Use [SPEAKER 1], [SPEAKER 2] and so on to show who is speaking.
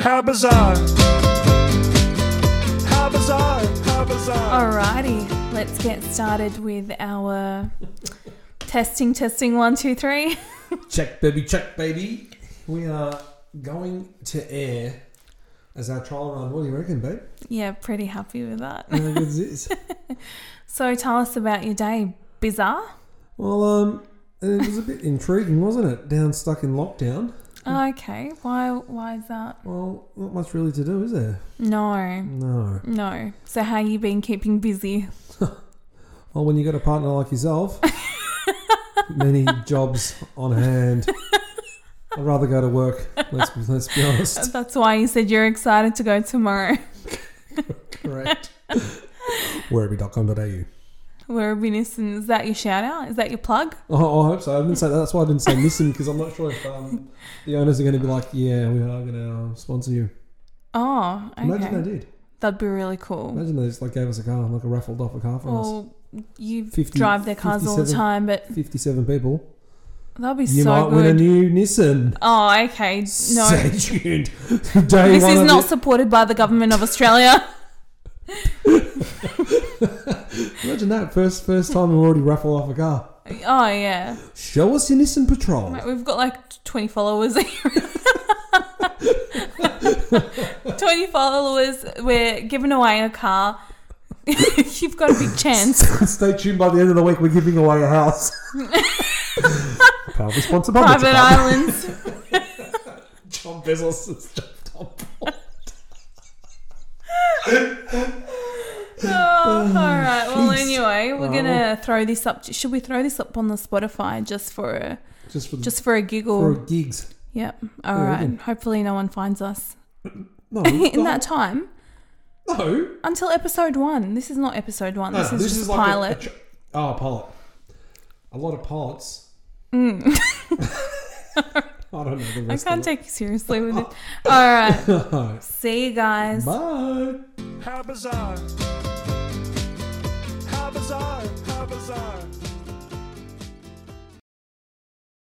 [SPEAKER 1] How bizarre. How bizarre. How bizarre.
[SPEAKER 2] Alrighty, let's get started with our testing, testing one, two, three.
[SPEAKER 3] Check, baby, check, baby. We are going to air as our trial run. What do you reckon, babe?
[SPEAKER 2] Yeah, pretty happy with that.
[SPEAKER 3] How good is this?
[SPEAKER 2] So tell us about your day, bizarre.
[SPEAKER 3] Well, um, it was a bit intriguing, wasn't it? Down stuck in lockdown.
[SPEAKER 2] Okay, why why is that?
[SPEAKER 3] Well, not much really to do, is there?
[SPEAKER 2] No.
[SPEAKER 3] No.
[SPEAKER 2] No. So how you been keeping busy?
[SPEAKER 3] Well, when you got a partner like yourself, many jobs on hand. I'd rather go to work. Let's let's be honest.
[SPEAKER 2] That's why you said you're excited to go tomorrow.
[SPEAKER 3] Correct. Whereabouty.com.au.
[SPEAKER 2] We're a Venison. Is that your shout out? Is that your plug?
[SPEAKER 3] Oh, I hope so. I didn't say that's why I didn't say listen because I'm not sure if um, the owners are going to be like, yeah, we are going to uh, sponsor you.
[SPEAKER 2] Oh,
[SPEAKER 3] Imagine
[SPEAKER 2] okay.
[SPEAKER 3] they did.
[SPEAKER 2] That'd be really cool.
[SPEAKER 3] Imagine they just like gave us a car, like a raffled off a car for us.
[SPEAKER 2] Well, you
[SPEAKER 3] 50
[SPEAKER 2] drive their cars all the
[SPEAKER 3] 57
[SPEAKER 2] time, but
[SPEAKER 3] Fifty-seven people.
[SPEAKER 2] that'd be
[SPEAKER 3] You
[SPEAKER 2] so
[SPEAKER 3] might
[SPEAKER 2] good.
[SPEAKER 3] win a new Nissan.
[SPEAKER 2] Oh, okay. No,
[SPEAKER 3] Stay tuned. Day
[SPEAKER 2] this
[SPEAKER 3] one
[SPEAKER 2] is
[SPEAKER 3] of
[SPEAKER 2] not
[SPEAKER 3] it-
[SPEAKER 2] supported by the government of Australia.
[SPEAKER 3] Imagine that first first time we've already raffled off a car.
[SPEAKER 2] Oh yeah,
[SPEAKER 3] Show us your Nissan Patrol.
[SPEAKER 2] Mate, we've got like twenty followers. twenty followers. We're giving away a car. You've got a big chance.
[SPEAKER 3] Stay tuned. By the end of the week, we're giving away a house. Proudly sponsored by
[SPEAKER 2] Private
[SPEAKER 3] Metrocar.
[SPEAKER 2] islands.
[SPEAKER 3] John Bezos has jumped on board.
[SPEAKER 2] Oh, all right. Well,
[SPEAKER 3] jeez.
[SPEAKER 2] anyway, we're gonna throw this up. Should we throw this up on the Spotify just for a,
[SPEAKER 3] Just for the
[SPEAKER 2] just for a giggle?
[SPEAKER 3] for gigs.
[SPEAKER 2] Yep. All
[SPEAKER 3] Yeah, we
[SPEAKER 2] right.
[SPEAKER 3] can.
[SPEAKER 2] Hopefully, no one finds us
[SPEAKER 3] No,
[SPEAKER 2] in
[SPEAKER 3] no,
[SPEAKER 2] that time.
[SPEAKER 3] no, Ah,
[SPEAKER 2] Until episode one. This is not episode one.
[SPEAKER 3] no,
[SPEAKER 2] this is just
[SPEAKER 3] a-
[SPEAKER 2] pilot.
[SPEAKER 3] a tr- oh, pilot. A lot of pilots. I don't know the
[SPEAKER 2] Mm. I
[SPEAKER 3] rest.
[SPEAKER 2] can't take you seriously with it. All right.
[SPEAKER 3] of
[SPEAKER 2] See you
[SPEAKER 3] it.
[SPEAKER 2] guys.
[SPEAKER 3] Bye.
[SPEAKER 1] How bizarre. How bizarre. How bizarre.